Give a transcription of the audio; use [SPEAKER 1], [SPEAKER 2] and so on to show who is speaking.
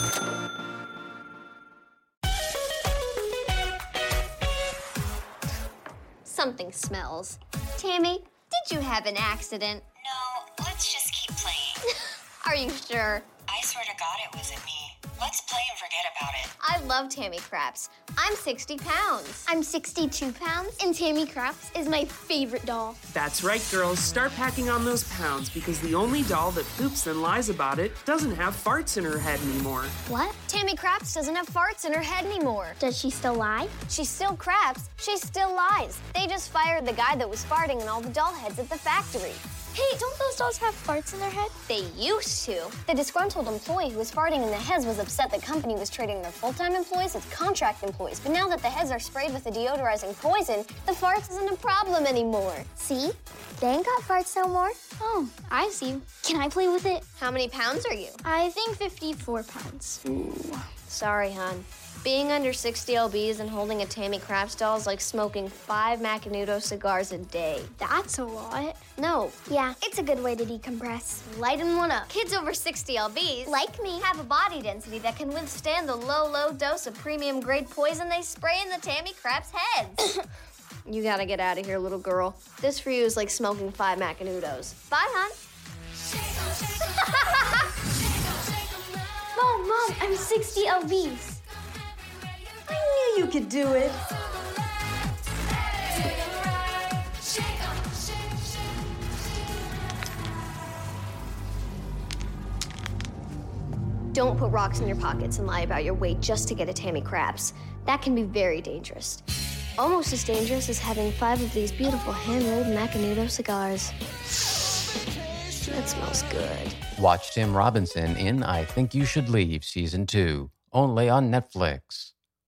[SPEAKER 1] Something smells. Tammy, did you have an accident?
[SPEAKER 2] No, let's just keep playing.
[SPEAKER 1] Are you sure?
[SPEAKER 2] I swear to God, it wasn't me. Let's play and forget about it.
[SPEAKER 1] I love Tammy Craps. I'm 60 pounds. I'm 62 pounds, and Tammy Craps is my favorite doll.
[SPEAKER 3] That's right, girls. Start packing on those pounds because the only doll that poops and lies about it doesn't have farts in her head anymore.
[SPEAKER 1] What? Tammy Craps doesn't have farts in her head anymore.
[SPEAKER 4] Does she still lie?
[SPEAKER 1] She's still Craps. She still lies. They just fired the guy that was farting in all the doll heads at the factory.
[SPEAKER 4] Hey, don't those dolls have farts in their head?
[SPEAKER 1] They used to. The disgruntled employee who was farting in the heads was upset the company was treating their full-time employees as contract employees. But now that the heads are sprayed with a deodorizing poison, the farts isn't a problem anymore.
[SPEAKER 4] See? They ain't got farts no more. Oh, I see. Can I play with it?
[SPEAKER 1] How many pounds are you?
[SPEAKER 4] I think 54 pounds.
[SPEAKER 1] Sorry, hon. Being under 60 lbs and holding a Tammy Craps doll is like smoking five Macanudo cigars a day.
[SPEAKER 4] That's a lot.
[SPEAKER 1] No,
[SPEAKER 4] Yeah, it's a good way to decompress.
[SPEAKER 1] lighten one up. Kids over 60 lbs, like me, have a body density that can withstand the low, low dose of premium grade poison they spray in the Tammy Craps heads. you gotta get out of here, little girl. This for you is like smoking five Macanudos. Bye, hon.
[SPEAKER 4] Mom, Mom, I'm 60 LBs.
[SPEAKER 5] I knew you could do it.
[SPEAKER 1] Don't put rocks in your pockets and lie about your weight just to get a Tammy Craps. That can be very dangerous. Almost as dangerous as having five of these beautiful hand-rolled Macanudo cigars. That smells good.
[SPEAKER 6] Watch Tim Robinson in I Think You Should Leave Season 2, only on Netflix.